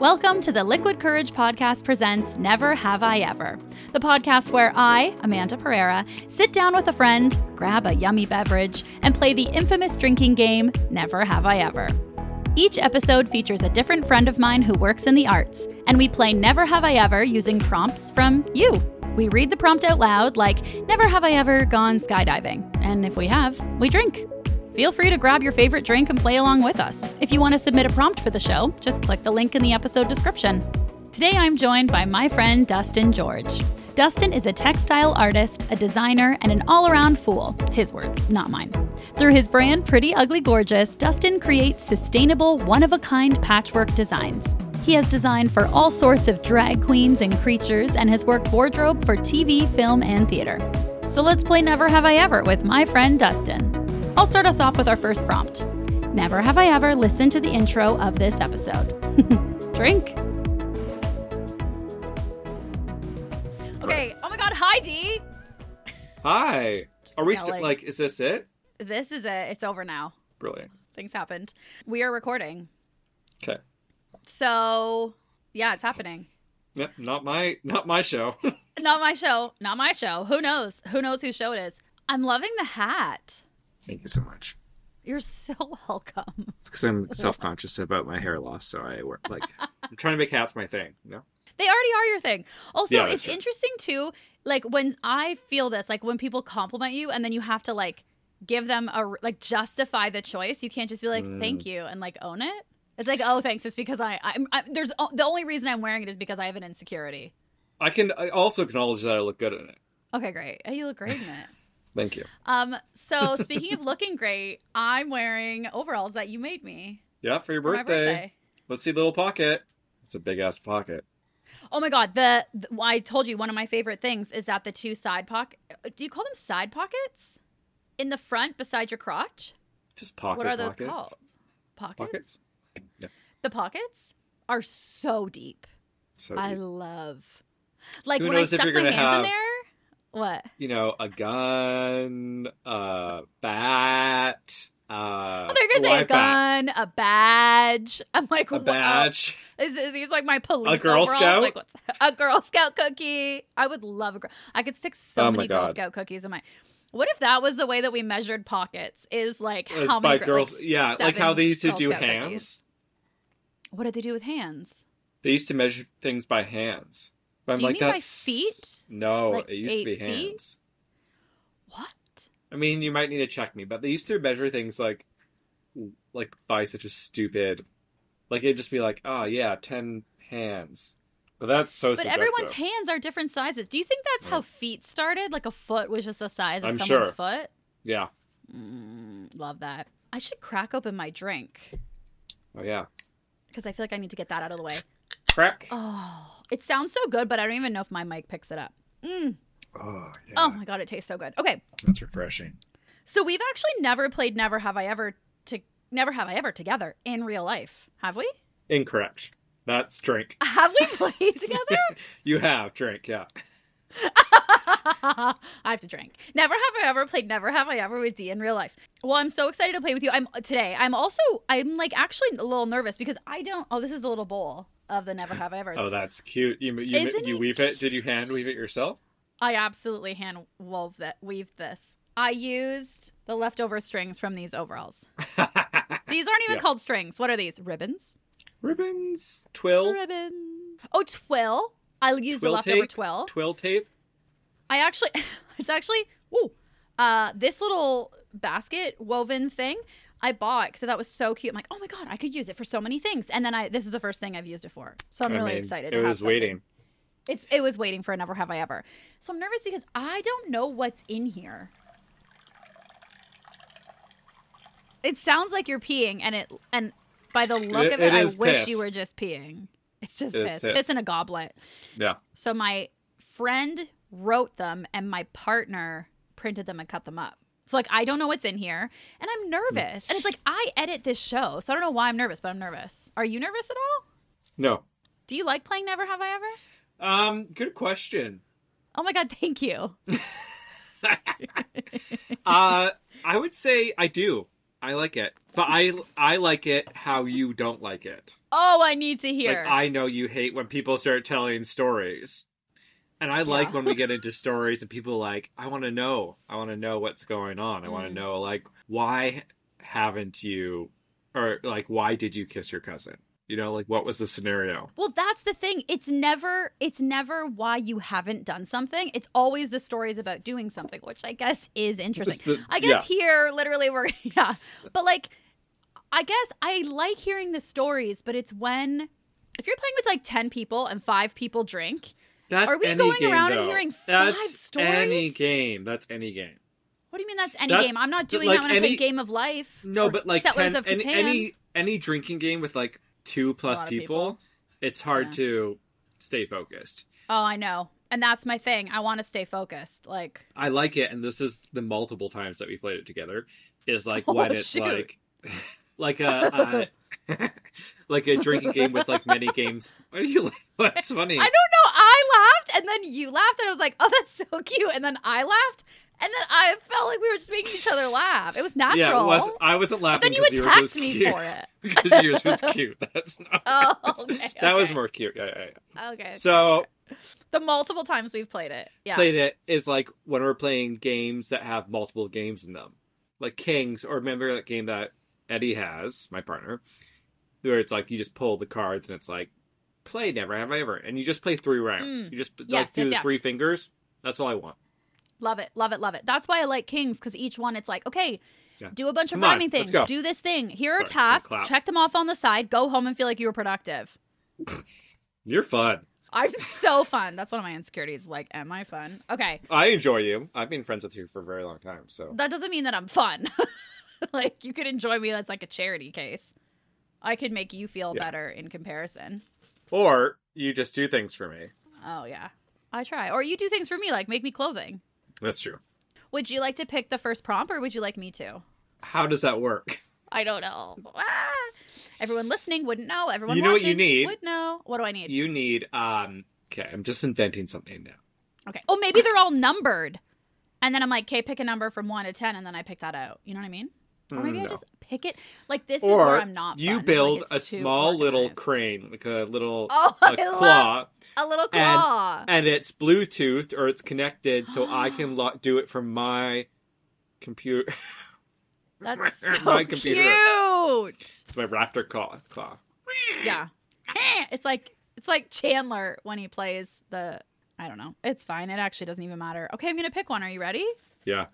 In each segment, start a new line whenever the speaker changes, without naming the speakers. Welcome to the Liquid Courage Podcast presents Never Have I Ever, the podcast where I, Amanda Pereira, sit down with a friend, grab a yummy beverage, and play the infamous drinking game Never Have I Ever. Each episode features a different friend of mine who works in the arts, and we play Never Have I Ever using prompts from you. We read the prompt out loud, like Never Have I Ever Gone Skydiving, and if we have, we drink. Feel free to grab your favorite drink and play along with us. If you want to submit a prompt for the show, just click the link in the episode description. Today I'm joined by my friend Dustin George. Dustin is a textile artist, a designer, and an all around fool. His words, not mine. Through his brand Pretty Ugly Gorgeous, Dustin creates sustainable, one of a kind patchwork designs. He has designed for all sorts of drag queens and creatures and has worked wardrobe for TV, film, and theater. So let's play Never Have I Ever with my friend Dustin. I'll start us off with our first prompt. Never have I ever listened to the intro of this episode. Drink. Okay. Oh my God. Hi, D.
Hi. Are we still
Yelling.
like? Is this it?
This is it. It's over now.
Brilliant.
Things happened. We are recording.
Okay.
So, yeah, it's happening.
Yep. Not my. Not my show.
Not my show. Not my show. Who knows? Who knows whose show it is? I'm loving the hat.
Thank you so much.
You're so welcome.
It's because I'm self-conscious about my hair loss, so I wear like. I'm trying to make hats my thing. You know.
They already are your thing. Also,
Yeah, that's
it's
true.
interesting too. Like when I feel this, like when people compliment you, and then you have to like give them a r- like justify the choice. You can't just be like
Mm.
thank you and like own it. It's like oh thanks. It's because I I'm, I there's o- the only reason I'm wearing it is because I have an insecurity.
I can. I also acknowledge that I look good in it.
Okay, great. Hey, you look great in it.
Thank you.
Um, so speaking of looking great, I'm wearing overalls that you made me
Yeah, for your
for
birthday.
my birthday.
Let's see the little pocket. It's a big ass pocket.
Oh my god, the, the I told you one of my favorite things is that the two side pocket. Do you call them side pockets? In the front beside your crotch?
Just pocket.
what are those
pockets.
called? Pockets?
Pockets.
The pockets are so deep.
So
I love. Like
Who
when I
knows if
stuck my
you're
hands
gonna
in
have-
there. What?
you know, a gun, a bat. Uh,
Oh, they're gonna say a
wipe out,
gun, uh, a badge. I'm like,
a badge.
Is it, these like my police?
A Girl
overalls?
Scout?
Like, what's, a Girl Scout cookie. I would love a Girl. I could stick so
Oh my
many Girl
God.
Scout cookies in my. What if that was the way that we measured pockets? Is like
It's
how
by
many gr-
girls?
like
yeah, like how
seven
they used to
Girl
do
Scout
hands.
cookies. What did they do with hands?
They used to measure things by hands. But I'm
Do you
like,
mean by
that's
feet?
No,
Like
it used to be
eight feet?
hands.
What?
I mean, you might need to check me, but they used to measure things like, like by such a stupid, like it'd just be like, oh yeah, ten hands. But that's so.
But everyone's
subjective.
hands are different sizes. Do you think that's how feet started? Like a foot was just the size of
I'm
someone's
sure.
foot.
yeah.
Mm, love that. I should crack open my drink
Oh yeah.
because I feel like I need to get that out of the way.
Crack. Oh,
Oh, it sounds so good, but I don't even know if my mic picks it up. Mm.
yeah.
Oh my god, it tastes so good. Okay,
That's refreshing.
so we've actually never played Never Have I Ever to Never Have I Ever together in real life, have we?
Incorrect. That's drink.
Have we played together?
You have drink. Yeah.
I have to drink. Never have I ever played Never Have I Ever with D in real life. Well, I'm so excited to play with you. I'm today. I'm also I'm like actually a little nervous because I don't. Oh, this is the little bowl of the Never Have I Ever.
Oh, that's cute. You you
Isn't
you
it
weave it? Did you hand weave it yourself?
I absolutely hand wove that weaved this. I used the leftover strings from these overalls. These aren't even
Yeah.
called strings. What are these? Ribbons?
Ribbons. Twill.
Ribbon. Oh, twill. I use the
Twill
leftover
tape?
twill.
Twill tape.
I actually, it's actually, ooh, uh, this little basket woven thing I bought because I thought was so cute. I'm like, oh my god, I could use it for so many things. And then I, this is the first thing I've used it for, so I'm
I
really
mean,
excited. to
It
have
was
something.
waiting.
It's it was waiting for a never have I ever. So I'm nervous because I don't know what's in here. It sounds like you're peeing, and it and by the look
It-
of it,
it
I
is
wish
piss.
you were just peeing. It's just
It is
piss,
piss.
piss in a goblet.
Yeah.
So my friend wrote them and my partner printed them and cut them up. So like I don't know what's in here and I'm nervous. And it's like I edit this show. So I don't know why I'm nervous, but I'm nervous. Are you nervous at all?
No.
Do you like playing Never Have I Ever?
Um. Good question.
Oh my god, thank you.
Uh, I would say I do. I like it, but I I like it how you don't like it.
Oh, I need to hear.
Like I know you hate when people start telling stories. And I like
Yeah.
when we get into stories and people are like, I want to know. I want to know what's going on. I want to
Mm.
know like why haven't you or like why did you kiss your cousin? You know, like what was the scenario?
Well, that's the thing. It's never it's never why you haven't done something. It's always the stories about doing something, which I guess is interesting.
It's the-
I guess here literally we're yeah. But like I guess I like hearing the stories, but it's when if you're playing with like 10 people and 5 people drink,
That's
Are we
any
going
game,
around and
though.
hearing
That's
five stories?
Any game. That's any game.
what do you mean that's any
That's-
game? I'm not
but,
doing
like,
that when I play
any-
Game of Life.
No,
or
but like
Settlers
ten,
of
any,
Catan.
any any drinking game with like two plus
lot of
people,
people.
it's hard
Yeah.
to stay focused.
Oh, I know. And that's my thing. I want to stay focused. Like
I like it, and this is the multiple times that we played it together. Is like
Oh,
when it's
shoot.
like like a, uh like a drinking game with like many games. What are you? like- What's funny?
I don't know. I laughed and then you laughed and I was like, oh, that's so cute. And then I laughed and then I felt like we were just making each other laugh. It was natural.
yeah, it was, I wasn't
but then
laughing.
you
'cause yours
attacked
was
me
cute.
for it.
because yours was cute. That's not.
Oh, okay,
That was
okay.
more cute. Yeah, yeah, yeah.
Okay.
So
the multiple times we've played it. Yeah.
played it is like when we're playing games that have multiple games in them, like Kings, or remember that game that Eddie has, my partner, where it's like you just pull the cards and it's like play never have I ever, and you just play three rounds.
Mm.
You just like
Yes,
do
yes,
the
yes.
three fingers. That's all I want.
Love it. Love it. Love it. That's why I like Kings because each one it's like, okay,
Yeah.
do a bunch of
Come on,
rhyming things.
let's go.
Do this thing. Here are
Sorry,
tasks.
clap.
Check them off on the side. Go home and feel like you were productive.
You're fun.
I'm so fun. That's one of my insecurities. Like, am I fun? Okay.
I enjoy you. I've been friends with you for a very long time, so
That doesn't mean that I'm fun. like you could enjoy me that's like a charity case. I could make you feel
Yeah.
better in comparison.
or you just do things for me.
Oh yeah. I try. Or you do things for me like make me clothing.
That's true.
Would you like to pick the first prompt or would you like me to?
How does that work?
I don't know. Ah! Everyone listening wouldn't know. Everyone
You know what you
watching
need?
would know. What do I need?
You need um okay, I'm just inventing something now.
Okay. Oh, maybe they're all numbered. And then I'm like, okay, pick a number from one to ten, and then I pick that out. You know what I mean? Or maybe I
Mm, No.
just pick it. Like this is
or
where I'm not. fun, is,
you
like,
build
it's
a
too
small little
organized.
crane, like a little
Oh,
a
I
claw,
love- a little claw.
and it's Bluetooth or it's connected, so I can lo- do it from my computer.
That's so
My computer.
cute.
it's my Raptor claw. claw.
Yeah, it's like it's like Chandler when he plays the. I don't know. It's fine. It actually doesn't even matter. Okay, I'm gonna pick one. Are you ready?
Yeah,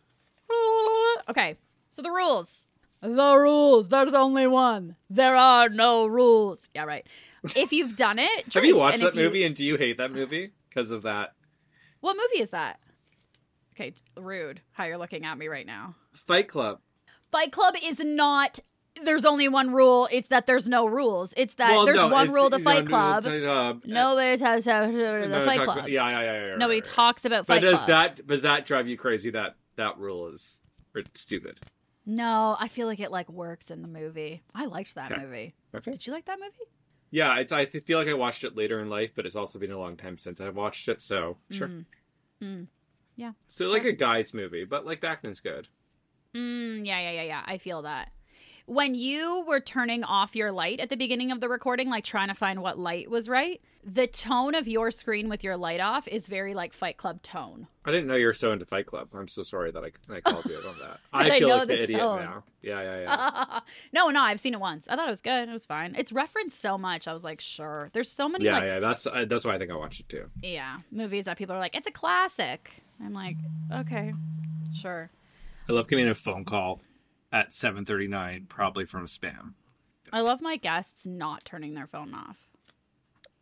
Okay. So the rules. The rules. There's only one. There are no rules. Yeah, right. If you've done it,
have you
drink,
watched
and
that
if you-
movie? And do you hate that movie because of that?
What movie is that? Okay, rude. How you're looking at me right now.
Fight Club.
Fight Club is not. There's only one rule. It's that there's no rules. It's that
Well,
there's
no,
one
it's-
rule to
you
Fight
know,
Club.
Fight Club.
Nobody talks about
And
the
nobody
Fight
talks
Club.
about- yeah, yeah, yeah, yeah, right,
Nobody
right, right.
talks about
But
Fight
does
Club.
that does that drive you crazy? That that rule is or stupid.
No, I feel like it like works in the movie. I liked that
Okay.
movie.
Okay.
Did you like that movie?
Yeah, it's, I feel like I watched it later in life, but it's also been a long time since I watched it, so sure.
Mm. Mm. Yeah,
So like a guy's movie, but like Backman's good.
Mm, yeah, yeah, yeah, yeah. I feel that. When you were turning off your light at the beginning of the recording, like trying to find what light was right, the tone of your screen with your light off is very like Fight Club tone.
I didn't know you were so into Fight Club. I'm so sorry that I, I called you out on that.
But
I
I
feel
know
like the, Uh,
the
idiot
tone.
now. Yeah, yeah, yeah.
no, no, I've seen it once. I thought it was good. It was fine. It's referenced so much. I was like, sure. There's so many
yeah,
like
yeah. That's uh, that's why I think I watched it too.
yeah movies that people are like it's a classic i'm like okay sure
I love getting a phone call at 7:39, probably from spam.
i love my guests not turning their phone off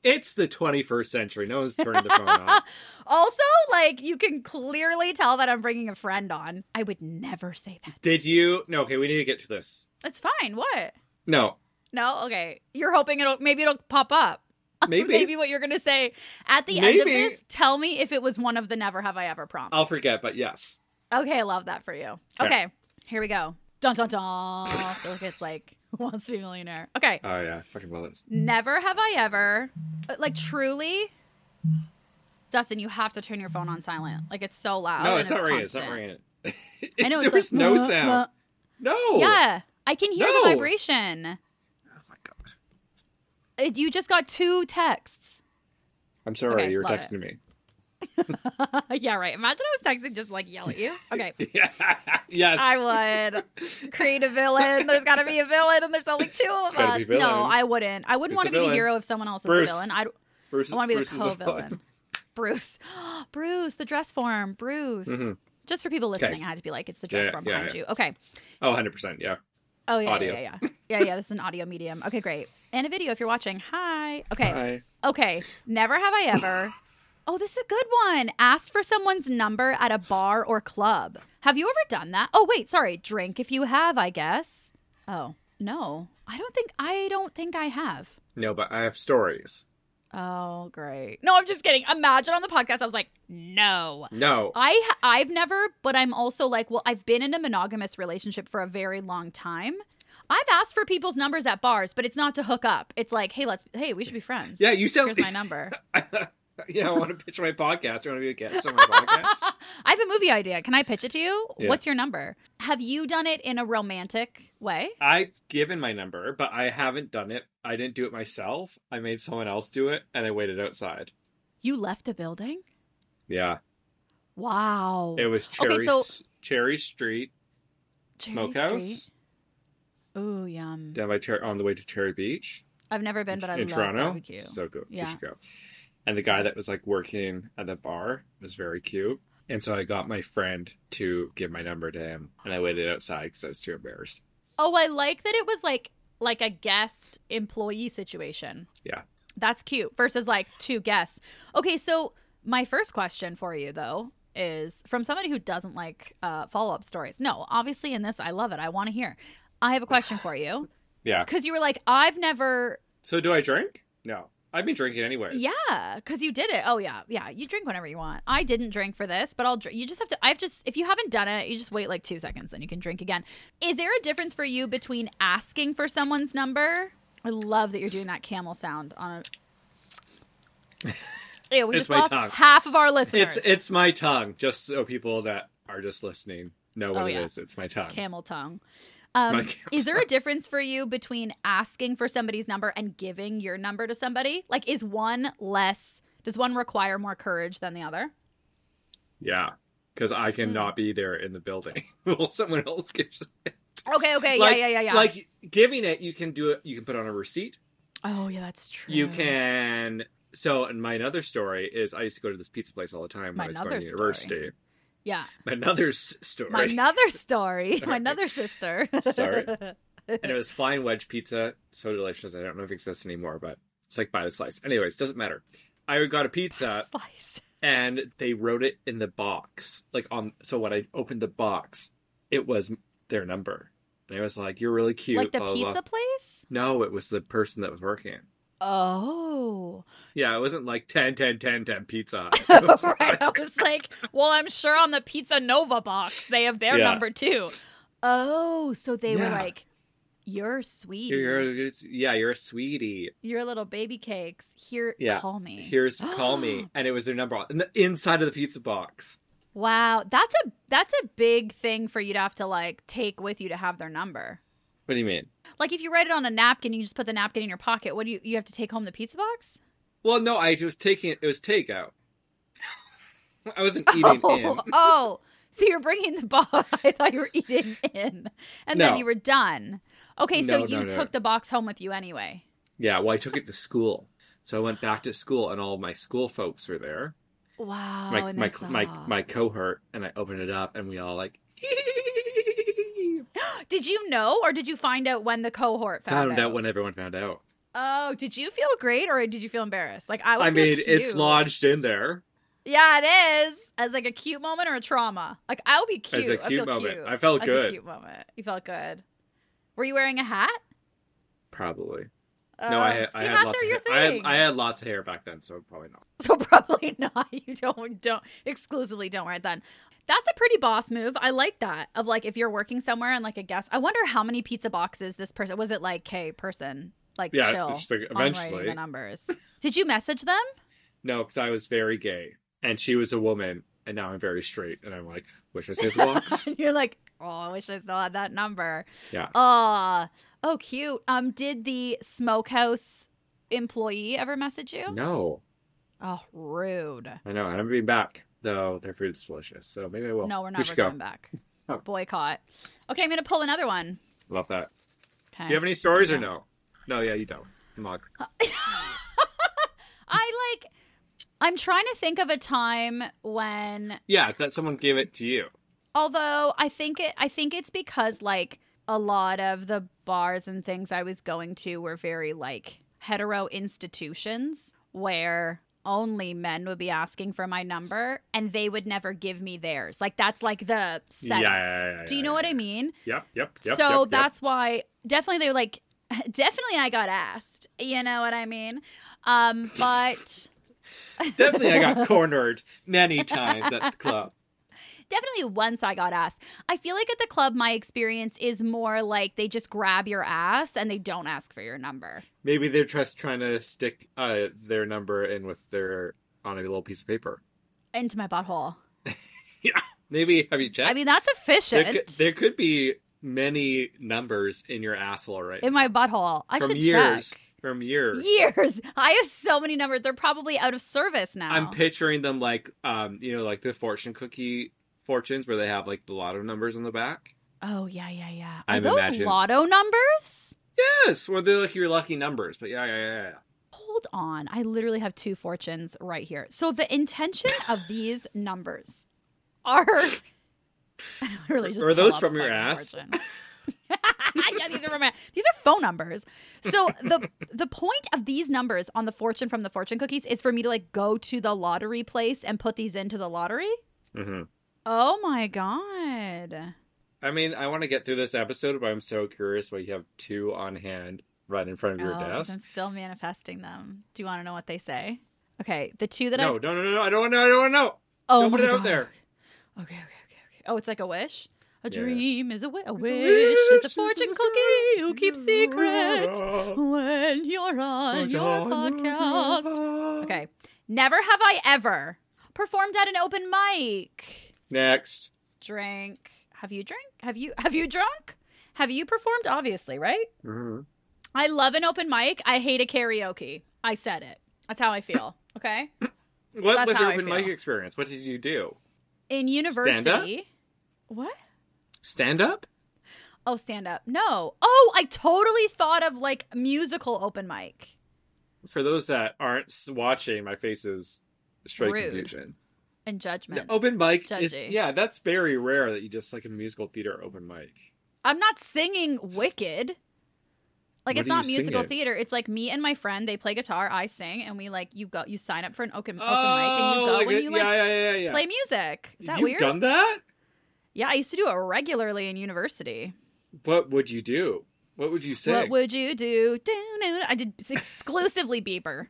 It's the 21st century. No one's turning the phone off.
also like you can clearly tell that i'm bringing a friend on i would never say that
Did you? No. Okay, we need to get to this.
it's fine what
No,
no okay you're hoping it'll maybe it'll pop up
maybe,
what you're gonna say at the end of
Maybe.
this tell me if it was one of the never have i ever prompts
I'll forget. But yes,
Okay, I love that for you.
Okay.
Okay, here we go. Dun dun dun. I feel like it's like Who wants to be a millionaire. Okay,
oh yeah, I fucking love this.
never have I ever, uh, like truly, Dustin. You have to turn your phone on silent. Like it's so loud.
No,
and
it's not ringing. It's not
constant.
ringing.
I know.
there
it's
was
like,
no
"Mwah,
sound. No.
mwah." Yeah, I can hear the
No.
vibration.
Oh my god.
Uh, You just got two texts.
I'm sorry,
Okay,
you were
love
texting me.
yeah, right. Imagine I was texting just like yell at you. Okay.
Yeah. yes.
I would create a villain. There's got to be a villain, and there's only two of
There's gotta
us. No,
be villain.
I wouldn't. I wouldn't
Who's
want to
the
be the
villain?
hero if someone else is
Bruce.
the villain. I'd,
Bruce,
I want to be
Bruce
the
is
co-villain.
villain.
Bruce, Bruce, the dress form, Bruce.
Mhm.
Just for people
Okay.
listening, I had to be like, it's the dress
Yeah,
form
yeah,
behind
yeah.
you. Okay.
Oh, 100%. Yeah.
Oh yeah,
Audio.
yeah, yeah, yeah, yeah, yeah. This is an audio medium. Okay, great. And a video if you're watching. Hi. Okay.
Hi.
Okay. Never have I ever. oh, this is a good one. Asked for someone's number at a bar or club. Have you ever done that? Oh, wait, sorry. Drink if you have, I guess. Oh, no. I don't think I don't think I have.
No, but I have stories.
Oh, great. No, I'm just kidding. Imagine on the podcast I was like, "No."
No.
I ha- I've never, but I'm also like, well, I've been in a monogamous relationship for a very long time. I've asked for people's numbers at bars, but it's not to hook up. It's like, hey, let's, hey, we should be friends.
yeah, you sound.
Here's my number.
yeah, I want to pitch my podcast. You want to be a guest on my podcast?
I have a movie idea. Can I pitch it to you?
Yeah.
What's your number? Have you done it in a romantic way?
I've given my number, but I haven't done it. I didn't do it myself. I made someone else do it, and I waited outside.
You left the building?
Yeah,
Wow.
it was
Okay,
Cherry
so-
Cherry Street
Cherry
Smokehouse
Street. Ooh, yum.
down by Cher- on the way to Cherry Beach
I've never been, but I
in
love
Toronto.
barbecue.
So good,
Yeah.
you should go. And the guy that was like working at the bar was very cute, and so I got my friend to give my number to him, and I waited outside because I was too embarrassed.
Oh, I like that it was like like a guest employee situation.
Yeah.
That's cute versus like two guests. Okay, so my first question for you though is from somebody who doesn't like uh, follow up stories. No, obviously in this I love it. I want to hear. I have a question for you
Yeah.
because you were like I've never
So do I drink? No, I've been drinking anyways.
yeah because you did it. Oh yeah, yeah. You drink whenever you want. I didn't drink for this, but I'll drink. You just have to. I've just if you haven't done it, you just wait like two seconds, then you can drink again. Is there a difference for you between asking for someone's number? I love that you're doing that camel sound on. a... Ew, we
It's
just
my
lost
tongue.
half of our listeners.
It's it's my tongue, just so people that are just listening know what
Oh,
it is.
yeah.
It's my tongue.
camel tongue. Um,
My camel
is there a difference for you between asking for somebody's number and giving your number to somebody? Like, is one less? Does one require more courage than the other?
yeah, because I
Mm.
cannot be there in the building while someone else gives. it.
Okay, okay,
Like-
yeah, yeah, yeah, yeah.
Like giving it, you can do it. You can put on a receipt.
oh, yeah, that's true.
You can. So, and my another story is I used to go to this pizza place all the time when
My
I was going
another
to
story.
university.
yeah.
My another s- story.
My another story, my
Sorry.
another sister.
Sorry. and it was flying wedge pizza, so delicious. I don't know if it exists anymore, but it's like by the slice. Anyways, doesn't matter. I got a pizza
Sliced.
and they wrote it in the box like on so when i opened the box it was their number and i was like you're really cute
Like the
blah, blah, blah."
pizza place?
no it was the person that was working
Oh.
yeah it wasn't like 10 10 10 10 pizza Hut. It was
right. I
like-
was like, well, I'm sure on the Pizza Nova box, they have their
Yeah.
number too. Oh, so they were
Yeah.
like, you're sweet.
you're,
You're,
you're- yeah you're a sweetie
little baby cakes. Here,
Yeah.
call me.
here's call me and it was their number on the inside of the pizza box
Wow. That's a that's a big thing for you to have to like take with you to have their number.
what do you mean
Like if you write it on a napkin, you just put the napkin in your pocket. What do you you have to take home the pizza box?
well no i was taking it was takeout i wasn't eating in
Oh, oh, so you're bringing the box? I thought you were eating in, and then
No.
you were done. Okay, so
No, no,
you
no.
took the box home with you anyway.
Yeah, well, I took it to school. So I went back to school, and all my school folks were there.
Wow.
My
Oh, and
my,
they
my
saw.
my cohort, and I opened it up, and we all like
Did you know, or did you find out when the cohort found,
found out when everyone found out.
Oh, did you feel great, or did you feel embarrassed? Like I would.
I
feel
mean, it's
cute.
lodged in there
Yeah, it is. As like a cute moment or a trauma. Like I would be cute.
as a
I
cute
feel
moment.
Cute.
I felt
That's
good,
a cute moment. You felt good. Were you wearing a hat?
probably. no, I had,
Uh,
I
see,
had
hats
lots
are
of
your
hair. I had,
thing.
I had lots of hair back then, so probably not.
So probably not. You don't don't exclusively don't wear it then. That's a pretty boss move. I like that. Of like if you're working somewhere and like a guest. I wonder how many pizza boxes this person was it like K person like
Yeah,
chill
it's like,
on writing
eventually.
the numbers. Did you message them?
No, because I was very gay, and she was a woman, and now I'm very straight, and I'm like, wish I saved the blocks.
And you're like, oh, I wish I still had that number.
Yeah.
Ah, oh, cute. Um, did the smokehouse employee ever message you?
no,
Oh, rude.
I know. and I'm being back though. Their food's delicious, so maybe I will.
no, we're
We
never
should go.
going back.
Oh.
Boycott. Okay, I'm gonna pull another one.
Love that.
Okay.
Do you have any stories or
Yeah.
no? No, yeah, you don't. I'm like,
I like. I'm trying to think of a time when,
yeah, that someone gave it to you.
although I think it, I think it's because like a lot of the bars and things I was going to were very like hetero institutions where only men would be asking for my number and they would never give me theirs. Like that's like the
Yeah,
setup.
yeah, yeah, yeah,
Do you
yeah,
know what
yeah.
I mean?
Yep, yep, yep.
so
yep, yep.
that's why definitely they were like definitely I got asked. You know what I mean? Um but
definitely I got cornered many times at the club.
definitely once I got asked. I feel like at the club my experience is more like they just grab your ass and they don't ask for your number.
Maybe they're just trying to stick uh, their number in with their on a little piece of paper.
Into my butthole.
Maybe have you checked?
I mean that's efficient.
there could, there could be many numbers in your asshole right
in my butthole. I
from
should
years
check.
from years.
Years. I have so many numbers. They're probably out of service now.
I'm picturing them like um you know like the fortune cookie fortunes where they have like the lotto numbers on the back.
oh yeah, yeah, yeah. Are
I'm
those
imagine-
lotto numbers?
Yes, or they're like your lucky numbers. But yeah, yeah, yeah. yeah.
Hold on. I literally have two fortunes right here. So the intention of these numbers are I really just
Are those
pull up
from your
fucking
ass?
fortune. yeah, these are from my these are phone numbers. So the the point of these numbers on the fortune from the fortune cookies is for me to like go to the lottery place and put these into the lottery.
Mm-hmm.
Oh my god.
I mean, I want to get through this episode, but I'm so curious why you have two on hand right in front of your
Oh,
desk.
I'm still manifesting them. Do you want to know what they say? Okay, the two that
No,
I've
no, no, no, no! I don't want to. I don't want to know.
oh
don't
my
put it out
God.
there.
Okay, okay, okay, okay. Oh, it's like a wish. A
Yeah.
dream is a, wi- a wish.
wish,
Is a
it's a
fortune
wish.
cookie you keep secret when you're on your podcast. Okay. Never have I ever performed at an open mic.
Next.
Drink. Have you drink? Have you have you drunk? Have you performed? Obviously, right?
Mhm.
I love an open mic. I hate a karaoke. I said it. That's how I feel. Okay.
What
That's
was your
how I
open mic
feel.
experience? What did you do?
In university. What?
Stand up?
Oh, stand up. No. Oh, I totally thought of like musical open mic.
For those that aren't s- watching, my face is straight
Rude.
confusion.
and
The
judgment.
open mic is
Judgy.
yeah, that's very rare that you just like a musical theater open mic.
I'm not singing Wicked. Like
What
it's
do you
not
sing
musical
it?
theater. It's like me and my friend. They play guitar. I sing, and we like you go. You sign up for an open open mic, and you
Oh,
go
like
and
a-
you like
yeah, yeah, yeah, yeah.
play music. Is that
You've
weird?
done that?
Yeah, I used to do it regularly in university.
What would you do? What would you sing?
What would you do? Doo-doo. I did exclusively Bieber.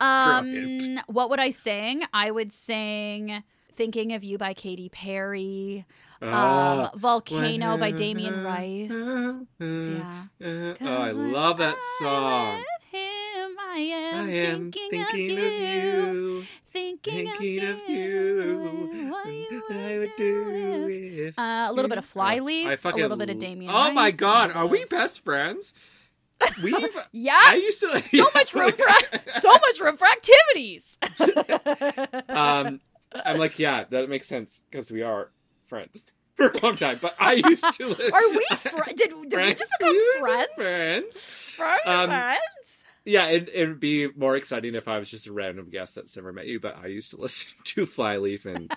um,
Brilliant.
what would I sing? I would sing "Thinking of You" by Katy Perry.
Ah. Uh,
um, "Volcano" by Damien Rice. Yeah.
Mm-hmm. Oh, I love that song.
him, I
I
am,
am
thinking,
thinking
of, you, thinking,
thinking
of
of
you,
you,
what
and
you
what
would
I would
do if-
do if
Uh, a little bit of
I-
Flyleaf,
I
a
fucking
little bit of
l-
Damien.
Oh my
Rice, a
god,
little
are
bit
we
of-
best friends? We've. I
Yeah,
used to like
Ah, so much room for ac- so much room for activities.
um, I'm like, yeah, that makes sense because we are friends for a long time. But I used to. Like,
Are we? Fr- did did we just become
We were
friends?
Friends.
Friends?
Um,
friends?
Yeah, it, it would be more exciting if I was just a random guest that's never met you. But I used to listen to Flyleaf and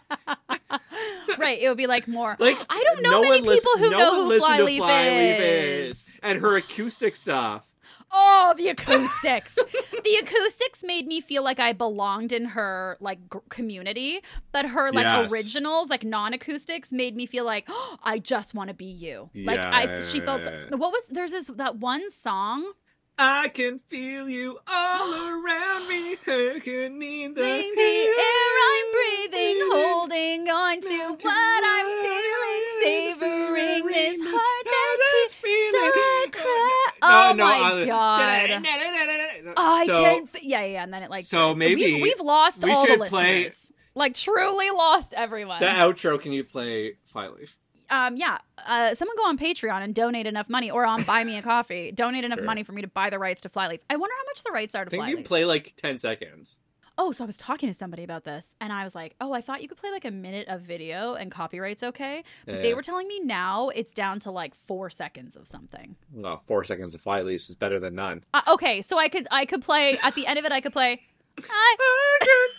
right. It would be like more.
like
I don't know many
one lis-
people who
no
know
one
who
listened to
Flyleaf is.
and her acoustic stuff.
Oh, the acoustics. the acoustics made me feel like I belonged in her like gr- community, but her like
Yes.
originals, like non-acoustics made me feel like oh, I just want to be you. Like
Yeah,
I
yeah,
she
yeah,
felt
yeah, yeah.
what was there's this that one song
I can feel you all around me, hurricane the
Breathing the air I'm breathing, holding on to
Now
what I'm feeling, savoring this heart that's so I cry. Oh my God.
god!
I
so,
can. F- yeah, yeah, yeah, and then it like.
so maybe
we've, we've lost
we
all the
should play-
listeners. Like truly lost everyone.
The outro, can you play Flyleaf?
um, yeah, uh, someone go on Patreon and donate enough money, or on Buy Me a Coffee, donate enough
Sure.
money for me to buy the rights to Flyleaf. I wonder how much the rights are
I
to
think you
Flyleaf.
play like 10 seconds.
oh, so I was talking to somebody about this, and I was like, oh, I thought you could play like a minute of video and copyright's okay, but they
Yeah.
were telling me now it's down to like four seconds of something.
Well, four seconds of Flyleaf is better than none.
Uh, okay, so I could I could play at the end of it. I could play. I,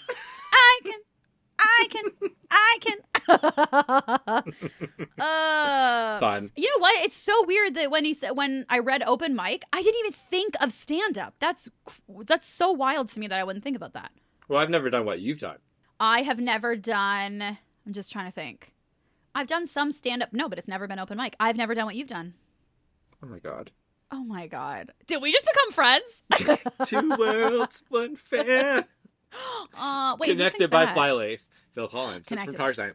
I can. I can, I can. uh,
Fun.
You know what? It's so weird that when he said when I read open mic, I didn't even think of stand up. That's cr- that's so wild to me that I wouldn't think about that.
Well, I've never done what you've done.
I have never done. I'm just trying to think. I've done some stand up. No, but it's never been open mic. I've never done what you've done.
Oh my god.
Oh my god. Did we just become friends?
Two worlds, one fan.
Uh, wait. who sings
Connected by
that?
Flyleaf. Phil Collins. It's from
Connected by
Tarzan.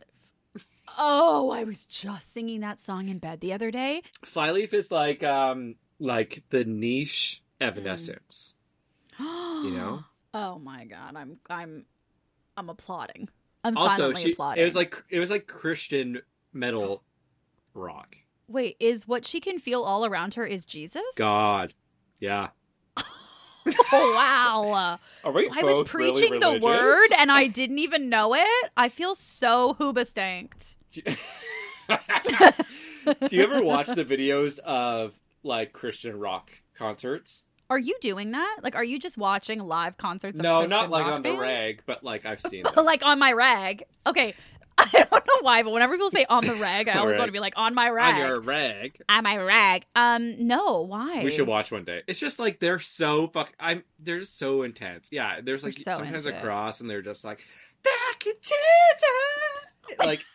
Oh, I was just singing that song in bed the other day.
Flyleaf is like um like the niche Evanescence.
you
know?
Oh my god. I'm I'm I'm applauding. Mm. I'm
also,
silently
she,
applauding.
it was like it was like Christian
Oh.
metal rock.
Wait, is what she can feel all around her is Jesus?
God, yeah.
Oh wow.
Are we
So I was preaching the word and I didn't even know it. I feel so hoobastanked.
Do you ever watch the videos of like Christian rock concerts?
Are you doing that? Like are you just watching live concerts of
no,
Christian
not like
rock
on the
bands?
rag, but like I've seen them.
like on my rag. Okay. I don't know why, but whenever people say on the rag, I
On
always
rag.
want to be like on my rag.
on your rag.
on my rag. Um no, why?
We should watch one day. It's just like they're so fuck. I'm they're just so intense. Yeah, there's like
They're so
sometimes
into
a
it.
cross, and they're just like, "Back in Jesus!" Like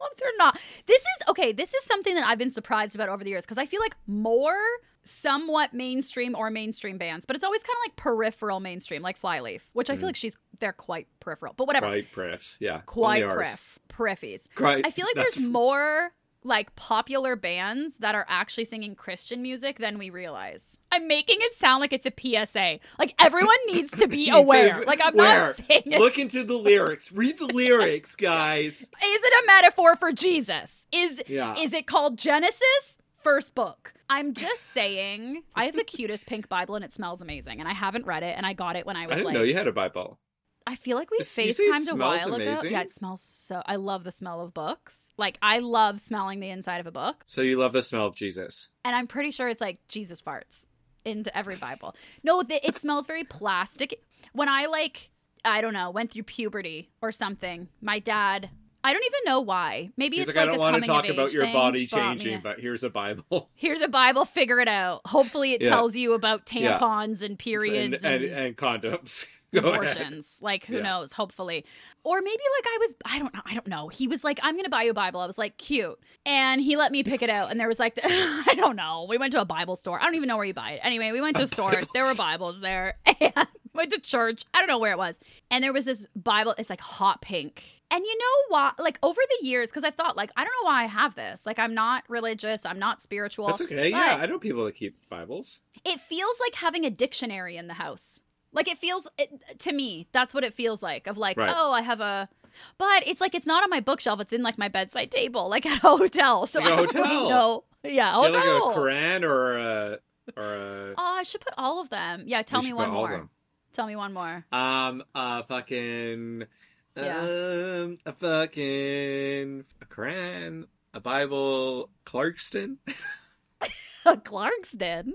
Well, they're not. This is okay. This is something that I've been surprised about over the years because I feel like more somewhat mainstream or mainstream bands, but it's always kind of like peripheral mainstream, like Flyleaf, which I feel
Mhm.
like she's they're quite peripheral, but whatever.
quite priffs. Yeah,
Quite
only ours.
priff, priffies.
Quite.
I feel like
that's-
there's more like popular bands that are actually singing Christian music than we realize. I'm making it sound like it's a PSA. Like everyone needs to be aware. Like I'm
Where?
not saying it.
Look into the lyrics. Read the lyrics, guys.
Is it a metaphor for Jesus? Is
Yeah.
Is it called Genesis? First book. I'm just saying, I have the cutest pink Bible and it smells amazing. And I haven't read it and I got it when I
I
was
didn't
like,
know you had a Bible.
I feel like we
You say it
FaceTimed a
smells
while ago.
amazing?
Yeah, it smells so. I love the smell of books. Like, I love smelling the inside of a book.
So you love the smell of Jesus.
And I'm pretty sure it's like Jesus farts into every Bible. No, the, it smells very plastic. When I like, I don't know, went through puberty or something, my dad. I don't even know why. Maybe
He's
it's
like,
like
I don't
a
want to
coming of
talk
age
about your
thing
body
brought me
changing,
in.
but here's a Bible.
Here's a Bible, figure it out. Hopefully, it
Yeah.
tells you about
Yeah.
tampons and periods
and, and, and condoms. Go ahead.
abortions. Like, who
Yeah.
knows? Hopefully, or maybe like I was. I don't know. I don't know. He was like, "I'm gonna buy you a Bible." I was like, "Cute," and he let me pick it out. And there was like, the, I don't know. We went to a Bible store. I don't even know where you buy it. Anyway, we went to a store.
Bible
There were Bibles there, and went to church. I don't know where it was. And there was this Bible. It's like hot pink. And you know why? Like over the years, because I thought like I don't know why I have this. Like I'm not religious. I'm not spiritual.
That's okay.
but-
Yeah, I know people that keep Bibles.
it feels like having a dictionary in the house. Like it feels it, to me, that's what it feels like. Of like,
Right.
oh, I have a, but it's like it's not on my bookshelf. It's in like my bedside table, like at a hotel. So
Like a
I don't really
hotel.
know. Yeah,
Get,
hotel.
like a Quran or a or a.
oh, I should put all of them. Yeah, tell
we
me
should
one
put all
more. Tell me one more.
them. Um, a fucking,
Yeah.
um, a fucking a Quran, a Bible, Clarkston.
Clarkston.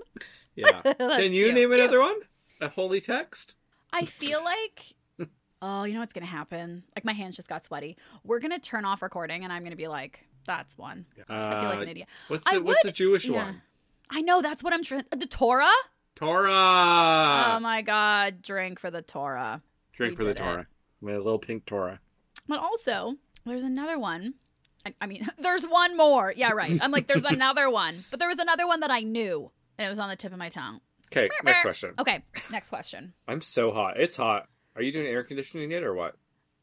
Yeah. Can you name another one? A holy text?
I feel like. Oh, you know what's gonna happen? Like my hands just got sweaty. We're gonna turn off recording, and I'm gonna be like, "That's one." I feel like
Uh,
an idiot.
What's
I
the what's
would-
the Jewish
yeah.
one?
I know that's what I'm trying. The Torah.
Torah.
oh my god, drink for the Torah. we
Drink for the
did it.
Torah. My little pink Torah.
But also, there's another one. I, I mean, there's one more. Yeah, right. I'm like, there's another one. But there was another one that I knew, and it was on the tip of my tongue.
Okay, next question.
Okay, next question.
I'm so hot. It's hot. Are you doing air conditioning yet or what?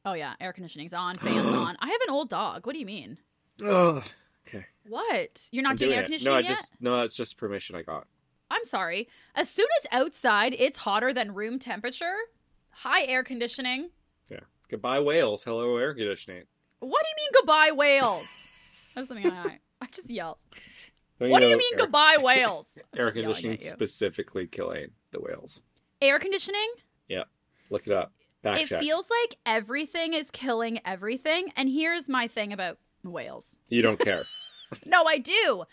Oh yeah, air conditioning's on, fans on. I have an old dog. What do you mean?
Oh, okay.
What? You're not
I'm
doing, air
it.
conditioning
No, I
yet?
just no. It's just permission I got.
I'm sorry. As soon as outside it's hotter than room temperature, high air conditioning.
Yeah. Goodbye, Wales. Hello, air conditioning.
What do you mean goodbye whales? That's something I I just yelled.
Don't
What do you
know
mean
air-
goodbye whales? I'm
Air
just yelling
conditioning
at you.
specifically killing the whales.
Air conditioning?
Look it up. Fact
it
check.
feels like everything is killing everything. And here's my thing about whales.
you don't care.
No, I do.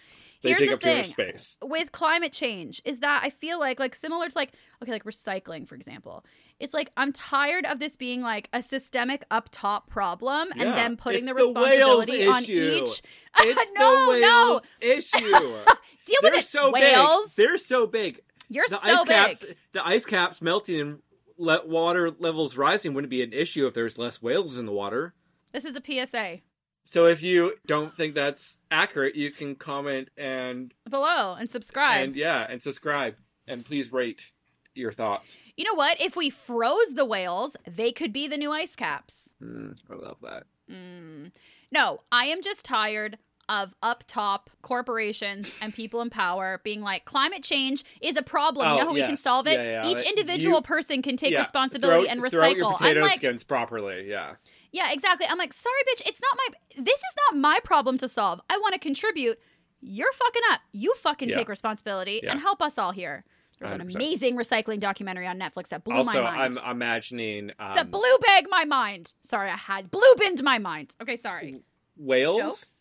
They
here's
take
the
up too
thing.
much space.
with climate change is that I feel like like similar to like okay like recycling for example. It's like I'm tired of this being like a systemic up top problem and
Yeah,
then putting
it's
the
the whale's
responsibility on
issue.
each.
It's
no,
the
no.
whales issue.
Deal with
They're
it,
so
whales.
big. They're so big.
You're
The
so
ice caps,
big.
the ice caps melting and let water levels rising wouldn't be an issue if there's less whales in the water.
This is a PSA
So if you don't think that's accurate, you can comment and
below and subscribe.
and yeah and subscribe and please rate your thoughts.
you know what? If we froze the whales, they could be the new ice caps.
Mm, I love that.
Mm. No, I am just tired of up top corporations and people in power being like climate change is a problem. you
Oh,
know how we can
yes.
solve it?
Yeah, yeah,
Each
like,
individual
you-
person can take
Yeah,
responsibility
throw,
and
Throw out your
recycle. I'm
potato
like,
skins properly. Yeah.
yeah, exactly. I'm like, sorry, bitch, it's not my this is not my problem to solve. I want to contribute. You're fucking up. You fucking
Yeah.
take responsibility
Yeah.
and help us all here. There's an
100%.
amazing recycling documentary on Netflix that blew my
also,
mind.
I'm imagining um,
that blew bag my mind. Sorry, I had blue binned my mind. Okay, sorry.
whales.
jokes.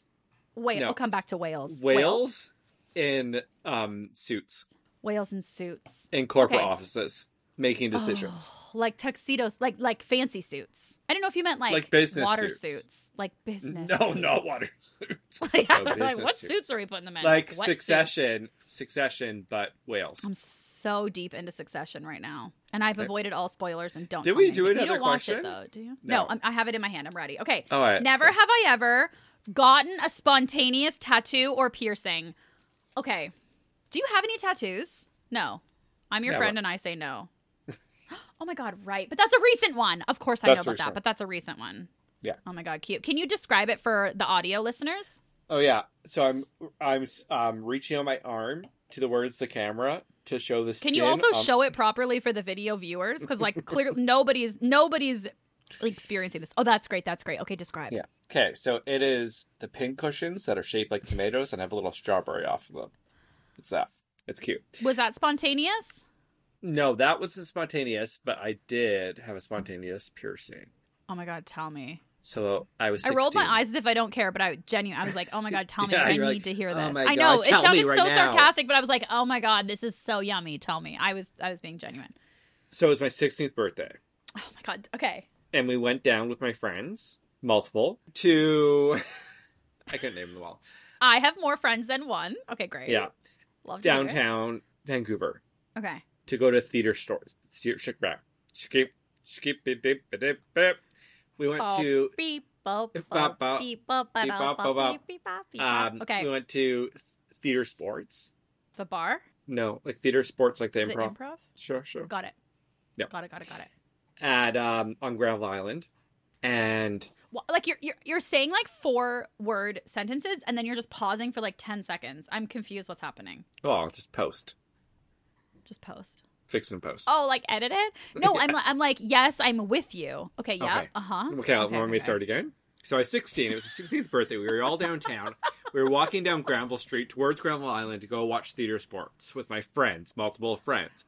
Wait,
No.
I'll come back to whales. Whales,
whales in um, suits
Whales in suits,
in corporate
Okay.
offices making decisions.
Oh, like tuxedos, like like fancy suits. I don't know if you meant like,
Like business
water
suits.
suits. like business.
no,
suits.
not water suits.
like,
No,
like,
business
what
suits.
suits are we putting them in?
like
what suits?
Succession, Succession, but whales.
I'm so deep into Succession right now, and I've
Okay.
avoided all spoilers and don't.
Did
tell
we
me
do
anything.
another
You don't watch it
question?
though, do you?
No.
No, I'm, I have it in my hand. I'm ready. Okay.
All right.
Never have I ever gotten a spontaneous tattoo or piercing. Okay. Do you have any tattoos? No. I'm your
Never.
friend and I say no. oh my god, right. But that's a recent one. Of course I
That's
know about
recent.
that, but that's a recent one.
Yeah.
Oh my god, cute. Can you describe it for the audio listeners?
Oh yeah. So I'm I'm um, reaching on my arm to the words the camera to show the skin.
Can you also
on-
show it properly for the video viewers cuz like clearly nobody's nobody's experiencing this. Oh, that's great. That's great. Okay, describe.
Yeah. Okay, so it is the pin cushions that are shaped like tomatoes and have a little strawberry off of them. It's that. It's cute.
Was that spontaneous?
No, that wasn't spontaneous, but I did have a spontaneous piercing.
Oh my god, tell me.
So I was.
I rolled
16.
my eyes as if I don't care, but I genuinely, I was like, oh my God, tell me.
Yeah,
I need
you're like,
to hear
"Oh
this.
my
I
God,
know. It
tell me
sounded
right
so
now."
sarcastic, but I was like, oh my God, this is so yummy. Tell me. I was, I was being genuine.
So it was my 16th birthday.
Oh my God. Okay.
and we went down with my friends, multiple, to I couldn't name them all.
I have more friends than one. Okay, great.
Yeah,
Love to hear it.
downtown Vancouver
Okay.
to go to theater stores. Theater- shik- rah. Shik- shik- bip- bip- bip- bip- bip. We went
Oh,
to
Beep, boop,
Beep,
boop,
bop, bop.
beep, boop,
Beep,
ba-da,
bop, bop,
bop,
bop.
beep, beep, bop, beep, bop.
um, we
Okay.
went to theater sports.
The bar?
No, like theater sports, like the
The
improv.
improv?
Sure, sure.
Got it.
Yeah.
Got it, got it, got it.
At um, on Gravel Island, and
Wha- Like you're, you're you're saying like four word sentences and then you're just pausing for like ten seconds. I'm confused. What's happening?
oh, just post,
Just post.
fix and post.
Oh, like edit it? No, I'm li- I'm like, yes, I'm with you. Okay, yeah.
Okay.
Uh-huh.
Okay, I'll let me
okay.
start again. So I was 16. It was my 16th birthday. We were all downtown. we were walking down Granville Street towards Granville Island to go watch theater sports with my friends, multiple friends.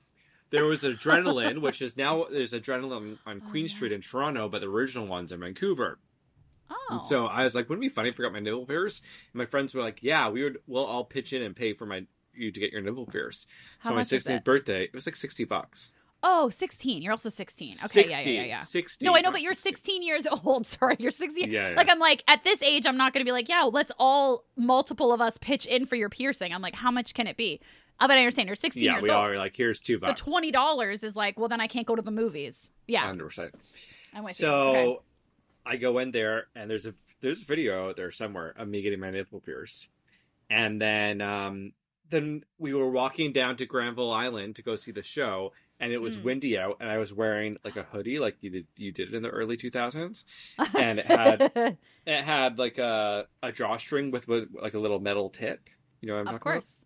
There was adrenaline, which is now there's adrenaline on Queen
Oh, yeah.
Street in Toronto, but the original one's in Vancouver.
Oh.
And so I was like, wouldn't it be funny if I got my nipple pierced? And my friends were like, yeah, we would, we'll all pitch in and pay for my you to get your nipple pierced.
How
so my
much is
16th
it?
birthday, it was like 60 bucks.
Oh, 16. You're also 16. Okay, yeah, yeah, yeah,
16,
yeah.
16,
No, I know,
not
but you're
16.
16 years old. Sorry, you're 16.
Yeah, yeah.
Like I'm like at this age, I'm not gonna be like, yeah, let's all multiple of us pitch in for your piercing. I'm like, how much can it be? Uh, but I understand you're 16
Yeah,
years
we
old.
all were like, here's two
so
bucks.
twenty dollars is like, well, then I can't go to the movies. Yeah,
100%.
I'm with
so
you. Okay.
I go in there and there's a there's a video out there somewhere of me getting my nipple pierced, and then um then we were walking down to Granville Island to go see the show, and it was
Mm.
windy out, and I was wearing like a hoodie like you did you did in the early two thousands, and it had it had like a a drawstring with, with like a little metal tip, you know what I'm
of
talking about?
course,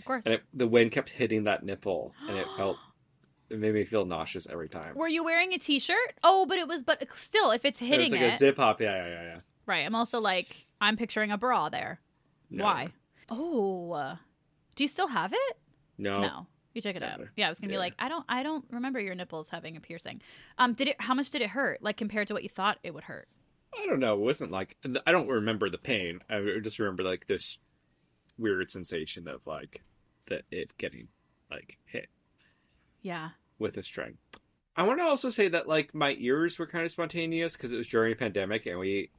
of course.
And it, the wind kept hitting that nipple, and it felt It made me feel nauseous every time.
Were you wearing a t-shirt? Oh, but it was but still if it's hitting
it was like a
it.
zip hop. Yeah, yeah, yeah, yeah.
Right. I'm also like I'm picturing a bra there.
No.
Why? Oh. uh, Do you still have it?
No.
No. You took it out.
Never.
Yeah, I was gonna be
Yeah.
like, I don't, I don't remember your nipples having a piercing. Um, did it? How much did it hurt? Like compared to what you thought it would hurt?
I don't know. It wasn't like I don't remember the pain. I just remember like this weird sensation of like the it getting like hit
Yeah.
with a string. I want to also say that like my ears were kind of spontaneous because it was during a pandemic and we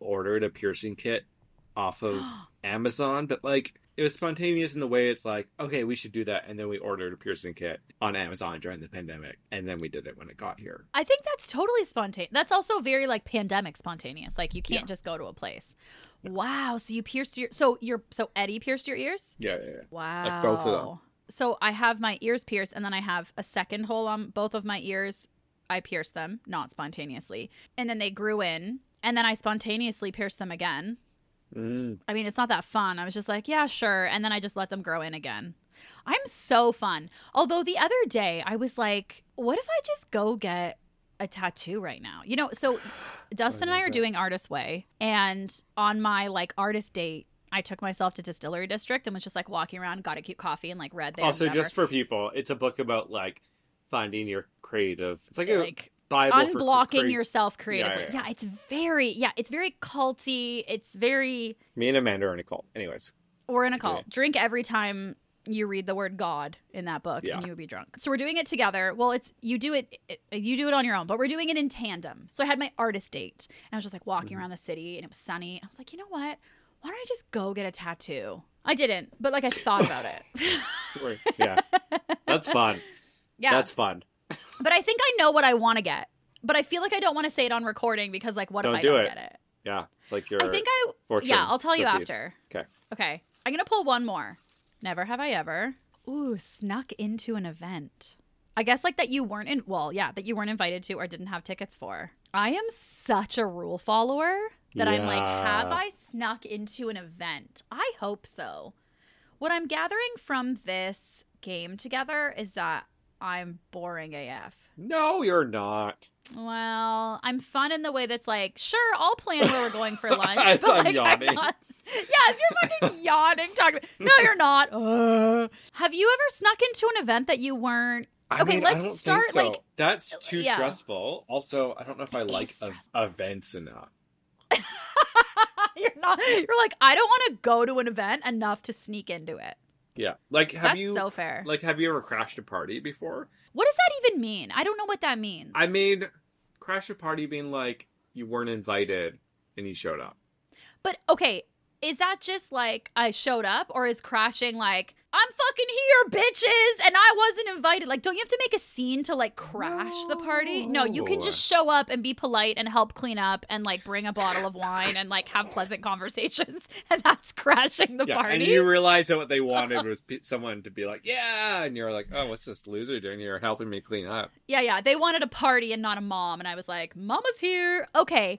ordered a piercing kit off of Amazon, but like it was spontaneous in the way it's like, okay, we should do that, and then we ordered a piercing kit on Amazon during the pandemic, and then we did it when it got here.
I think that's totally spontaneous. That's also very like pandemic spontaneous. Like you can't
Yeah.
just go to a place. Wow. So you pierced your. So your. So Eddie pierced your ears.
Yeah, yeah, yeah.
Wow.
both of them.
So I have my ears pierced, and then I have a second hole on both of my ears. I pierced them, not spontaneously, and then they grew in, and then I spontaneously pierced them again.
Mm.
I mean, it's not that fun. I was just like, yeah, sure. And then I just let them grow in again. I'm so fun. Although the other day I was like, what if I just go get a tattoo right now? You know, so Dustin and I
love
are
that.
doing Artist Way. And on my like artist date, I took myself to Distillery District and was just like walking around, got a cute coffee and like read there.
also,
whatever.
just for people, it's a book about like finding your creative. It's like a
like
Bible for
unblocking
crea-
yourself creatively.
yeah,
Yeah,
yeah.
it's very, yeah, it's very culty. It's very,
Me and Amanda are in a cult. Anyways,
We're in a
Yeah.
cult. Drink every time you read the word God in that book,
Yeah.
and you would be drunk. So we're doing it together. Well, it's you do it, it- you do it on your own, but we're doing it in tandem. So I had my artist date, and I was just like
Mm-hmm.
walking around the city, and it was sunny. I was like, you know what? Why don't I just go get a tattoo? I didn't, but like I thought about it.
We're- yeah, that's fun.
yeah,
That's fun.
but I think I know what I want to get. But I feel like I don't want to say it on recording because, like, what
Don't
if I
do
don't
it.
get it?
Yeah, it's like your.
I think I
fortune
yeah, I'll tell you
cookies.
after.
Okay.
Okay. I'm going to pull one more. Never have I ever. Ooh, snuck into an event. I guess like that you weren't in, well, yeah, that you weren't invited to or didn't have tickets for. I am such a rule follower that I'm like,
Yeah.
have I snuck into an event? I hope so. What I'm gathering from this game together is that I'm boring AF.
No, you're not.
Well, I'm fun in the way that's like, sure, I'll plan where we're going for lunch.
As
but,
I'm
like,
yawning.
not- Yes, you're fucking yawning. Talking. About... No, you're not. Uh. Have you ever snuck into an event that you weren't?
I
Okay,
mean,
let's
I don't
start,
Think so.
like- uh,
that's too
yeah.
stressful. Also, I don't know if I
is
like ev-
stressful.
events enough.
you're not. You're like, I don't want to go to an event enough to sneak into it.
Yeah, like have
that's
you
so fair.
like have you ever crashed a party before?
what does that even mean? I don't know what that means.
I mean, crash a party being like you weren't invited and you showed up.
But okay, is that just like I showed up or is crashing like I'm fucking here, bitches, and I wasn't invited? Like, don't you have to make a scene to like crash the party? No, you can
No.
just show up and be polite and help clean up and like bring a bottle of wine and like have pleasant conversations, and that's crashing the
yeah,
party.
and you realize that what they wanted was pe- someone to be like, yeah, and you're like, oh, what's this loser doing here helping me clean up?
Yeah, yeah. They wanted a party and not a mom, and I was like, "Mama's here." Okay.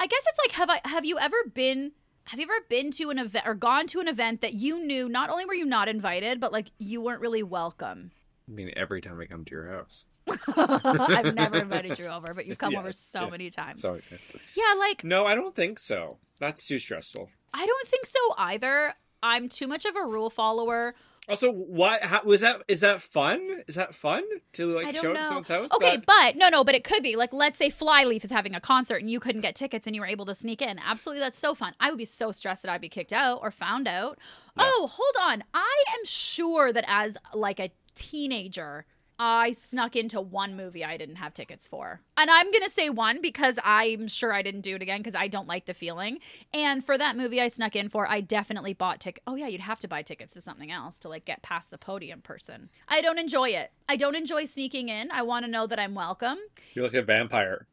I guess it's like have I have you ever been have you ever been to an event or gone to an event that you knew not only were you not invited, but like you weren't really welcome?
I mean, every time I come to your house,
I've never invited you over, but you've come
Yeah,
over so
yeah.
many times.
so it's-
Yeah, like
no, I don't think so. That's too stressful.
I don't think so either. I'm too much of a rule follower.
Also, why how, was that? Is that fun? Is that fun to
I
like
don't
show up
know.
at someone's house?
okay,
That-
but no, no, but it could be like let's say Flyleaf is having a concert and you couldn't get tickets and you were able to sneak in. Absolutely, that's so fun. I would be so stressed that I'd be kicked out or found out.
Yeah.
Oh, hold on. I am sure that as like a teenager. I snuck into one movie I didn't have tickets for. And I'm going to say one because I'm sure I didn't do it again because I don't like the feeling. And for that movie I snuck in for, I definitely bought tickets. Oh, yeah, you'd have to buy tickets to something else to like get past the podium person. I don't enjoy it. I don't enjoy sneaking in. I want to know that I'm welcome.
you're like a vampire.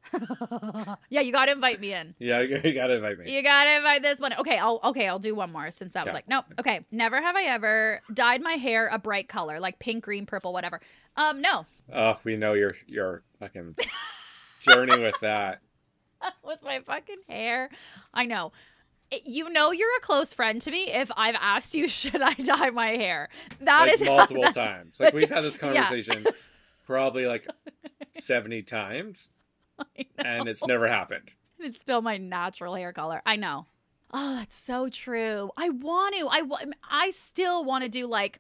Yeah, you got to invite me in.
Yeah, you gotta- you gotta invite me.
You gotta invite this one. Okay, I'll okay, I'll do one more since that was
Yeah.
like no. Okay, never have I ever dyed my hair a bright color, like pink, green, purple, whatever. Um, no.
Oh, we know your your fucking journey with that.
with my fucking hair. I know. It- You know you're a close friend to me if I've asked you should I dye my hair. That
like
is how-
multiple
that's-
times. Like we've had this conversation probably like 70 times and it's never happened.
It's still my natural hair color. I know. Oh, that's so true. I want to. I wa- I still want to do like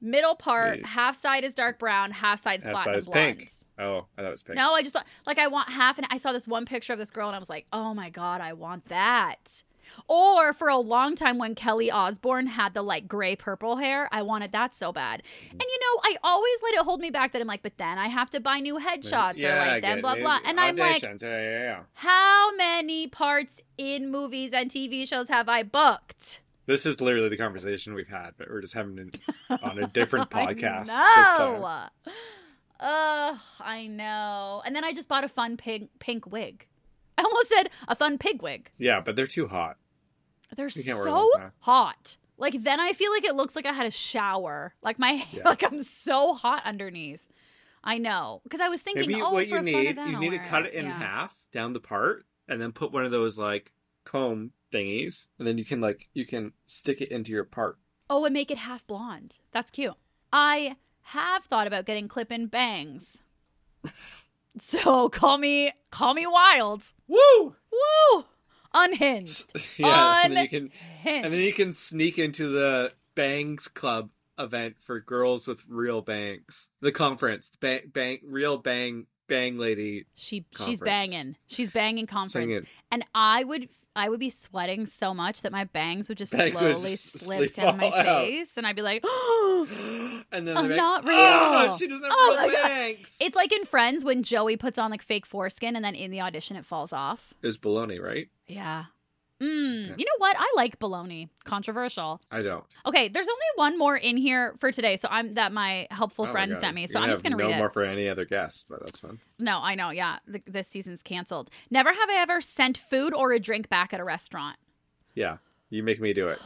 middle part,
Yeah.
half side is dark brown, half side's
Half
platinum
side's
blonde.
pink. Oh, I thought it was pink.
No, I just like I want half and I saw this one picture of this girl and I was like, "Oh my god, I want that." Or for a long time when Kelly Osbourne had the like gray purple hair, I wanted that so bad.
Mm-hmm.
And you know, I always let it hold me back that I'm like, "But then I have to buy new headshots or
Yeah, I
like then
get
blah
it.
blah." And I'm like,
Auditions. yeah, yeah, yeah.
"How many parts in movies and TV shows have I booked?"
This is literally the conversation we've had, but we're just having it on a different podcast.
I
This time.
know. Ugh, I know. And then I just bought a fun pink pink wig. I almost said a fun pig wig.
Yeah, but they're too hot.
They're
You can't wear
so
them, huh?
hot. Like then I feel like it looks like I had a shower. Like my
Yeah.
like I'm so hot underneath. I know because I was thinking,
Maybe
oh,
what
for
you
a fun
need,
event,
you
I'll
need to
wear
cut it in
Yeah.
half down the part, and then put one of those like comb thingies, and then you can like you can stick it into your part.
Oh, and make it half blonde. That's cute. I have thought about getting clip-in bangs. so call me call me wild.
Woo!
Woo! Unhinged.
yeah, and then you can
Hinged.
and then you can sneak into the bangs club event for girls with real bangs. The conference, bang, bang, real bang, bang lady.
She she's
Conference.
banging. She's banging conference.
Singing.
And I would I would be sweating so much that my bangs would just
Bangs would
slowly
just
slip
slip
down my
all out.
face and I'd be like, "Oh,
and then
I'm
they're
not
like,
real.
Oh, she doesn't have
Oh my
real
God.
bangs.
It's like in Friends when Joey puts on like fake foreskin and then in the audition it falls off.
It's baloney, right?
Yeah. Mm,
Okay.
you know what? I like baloney. Controversial.
I don't.
Okay, there's only one more in here for today, so I'm that my helpful
Oh my
friend
God.
sent me.
You're
So I'm just gonna
have
read
no
it.
more for any other guest, but that's fun.
No, I know. Yeah, the, this season's canceled. Never have I ever sent food or a drink back at a restaurant.
Yeah, you make me do it.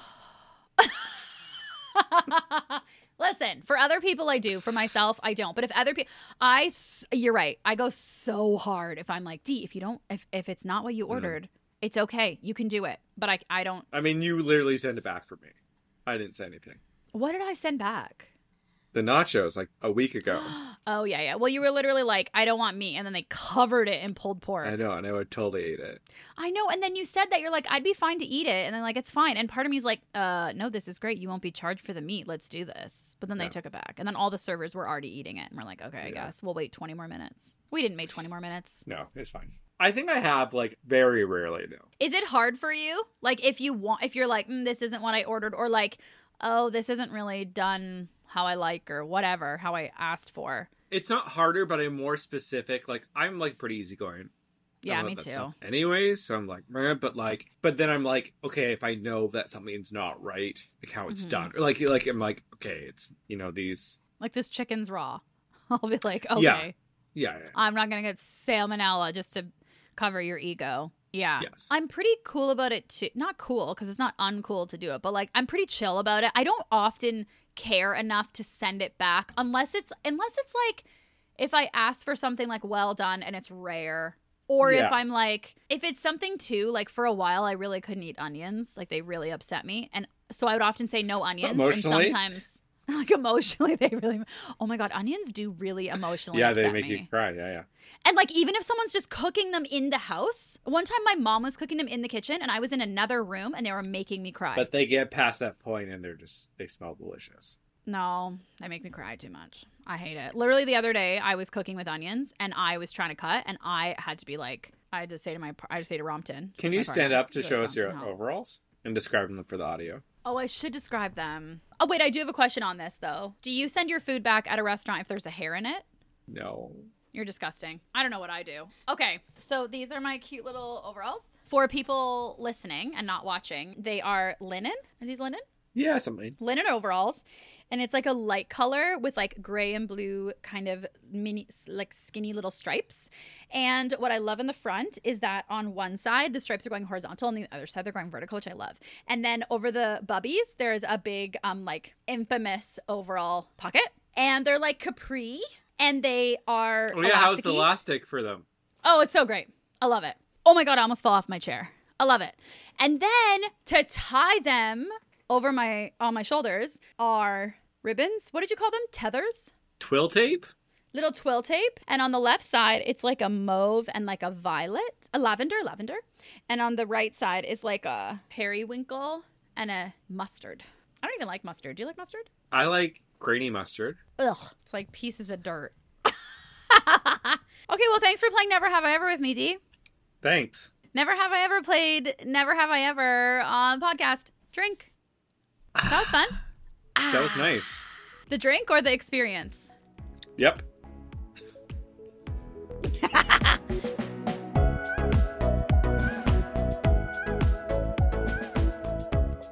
Listen, for other people I do, for myself I don't. But if other people, I s- you're right. I go so hard if I'm like, D, if you don't, if if it's not what
Mm-hmm.
you ordered, it's okay. You can do it. But I I don't.
I mean, you literally send it back for me. I didn't say anything.
What did I send back?
The nachos like a week ago.
Oh yeah, yeah. Well, you were literally like, I don't want meat, and then they covered it in pulled pork.
I know, and I would totally eat it.
I know. And then you said that you're like, I'd be fine to eat it. And then like, it's fine. And part of me is like, uh, no, this is great. You won't be charged for the meat. Let's do this. But then they
Yeah.
took it back. And then all the servers were already eating it. And we're like, okay, I
Yeah.
guess we'll wait 20 more minutes. We didn't wait 20 more minutes.
No, it's fine. I think I have like very rarely now.
Is it hard for you? Like, if you want, if you're like, mm, this isn't what I ordered, or like, oh, this isn't really done how I like or whatever, how I asked for.
It's not harder, but I'm more specific. Like I'm like pretty easygoing. I
Yeah,
love
me
that
too.
stuff Anyways, so I'm like, "Meh," but like, but then I'm like, okay, if I know that something's not right, like how it's
Mhm.
done, or like, like I'm like, okay, it's you know these,
Like, this chicken's raw. I'll be like, okay,
Yeah. yeah, yeah.
I'm not going to get salmonella just to cover your ego. Yeah.
yes,
I'm pretty cool about it too. Not cool because it's not uncool to do it, but like I'm pretty chill about it. I don't often care enough to send it back unless it's unless it's like if I ask for something like well done and it's rare. Or if
Yeah.
I'm like, if it's something too, like for a while I really couldn't eat onions, like they really upset me, and so I would often say no onions.
Emotionally?
and sometimes, like emotionally, they really. Oh my god, onions do really emotionally.
yeah, they
upset
make
me.
you cry, yeah, yeah.
And like even if someone's just cooking them in the house, one time my mom was cooking them in the kitchen and I was in another room and they were making me cry.
But they get past that point and they're just they smell delicious.
no, they make me cry too much. I hate it. Literally the other day I was cooking with onions and I was trying to cut and I had to be like I had to say to my par- I had to say to Rompton. who's
Can you
my
stand
partner,
up to
be like,
show us your oh.
"Rompton, help."
overalls and describe them for the audio?
Oh, I should describe them. Oh wait, I do have a question on this though. Do you send your food back at a restaurant if there's a hair in it?
No.
You're disgusting. I don't know what I do. Okay, so these are my cute little overalls. For people listening and not watching, they are linen. Are these linen?
Yeah, something.
Linen overalls. And it's like a light color with like gray and blue kind of mini, like skinny little stripes. And what I love in the front is that on one side, the stripes are going horizontal and the other side, they're going vertical, which I love. And then over the bubbies, there is a big, um, like infamous overall pocket. And they're like capri. And they are.
Oh yeah, how's the
elasticy.
elastic for them?
Oh, it's so great. I love it. Oh my God, I almost fell off my chair. I love it. And then to tie them over my on my shoulders are ribbons. What did you call them? Tethers?
Twill tape?
little twill tape. And on the left side, it's like a mauve and like a violet, a lavender, lavender. And on the right side is like a periwinkle and a mustard. I don't even like mustard. Do you like mustard?
I like grainy mustard.
Ugh. It's like pieces of dirt. okay, well, thanks for playing Never Have I Ever with me, Dee.
Thanks.
Never Have I Ever played Never Have I Ever on the podcast. Drink. That was fun.
That
Ah.
was nice.
The drink or the experience?
Yep.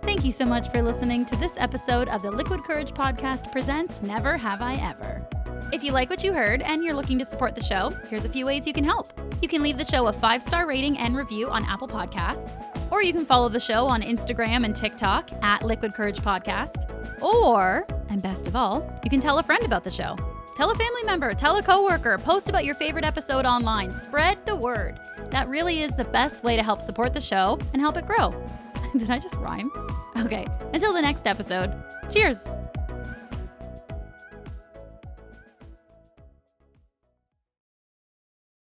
Thank you so much for listening to this episode of the Liquid Courage Podcast presents Never Have I Ever. If you like what you heard and you're looking to support the show, here's a few ways you can help. You can leave the show a five star rating and review on Apple Podcasts, or you can follow the show on Instagram and TikTok at Liquid Courage Podcast, or, and best of all, you can tell a friend about the show. Tell a family member, tell a coworker, post about your favorite episode online, spread the word. That really is the best way to help support the show and help it grow. Did I just rhyme? Okay, until the next episode, cheers!